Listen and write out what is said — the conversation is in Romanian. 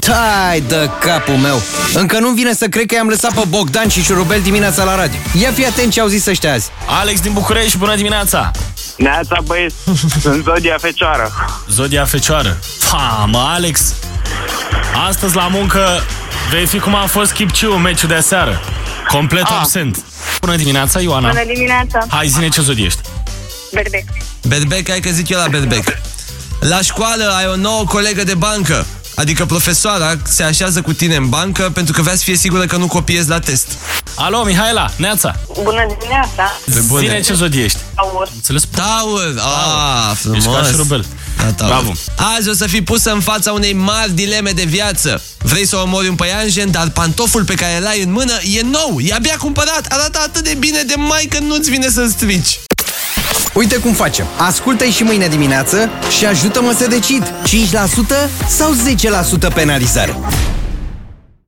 Tai de capul meu! Încă nu-mi vine să cred că i-am lăsat pe Bogdan și Șurubel dimineața la radio. Ia fi atent ce au zis ăștia azi. Alex din București, bună dimineața! Neața, băieți, sunt Zodia Fecioară. Zodia Fecioară. Ha, mă, Alex! Astăzi la muncă vei fi cum a fost Chipciu în meciul de aseară. Complet ah. absent. Bună dimineața, Ioana! Bună dimineața! Hai, zine ce zodie ești. Berbec. Bedbec, hai că zic eu la bedbec. La școală ai o nouă colegă de bancă. Adică profesoara se așează cu tine în bancă pentru că vrea să fie sigură că nu copiezi la test. Alo, Mihaela, neața! Bună dimineața! Pe bune. Zine ce zodie ești. Aur. Înțeles? Taur! Ah, Ești ca frumos! și rubel. Da, Taur. Bravo. Azi o să fii pusă în fața unei mari dileme de viață. Vrei să omori un păianjen, dar pantoful pe care l-ai în mână e nou, e abia cumpărat, arată atât de bine de mai că nu-ți vine să strici. Uite cum facem. Ascultă-i și mâine dimineață și ajută-mă să decid. 5% sau 10% penalizare.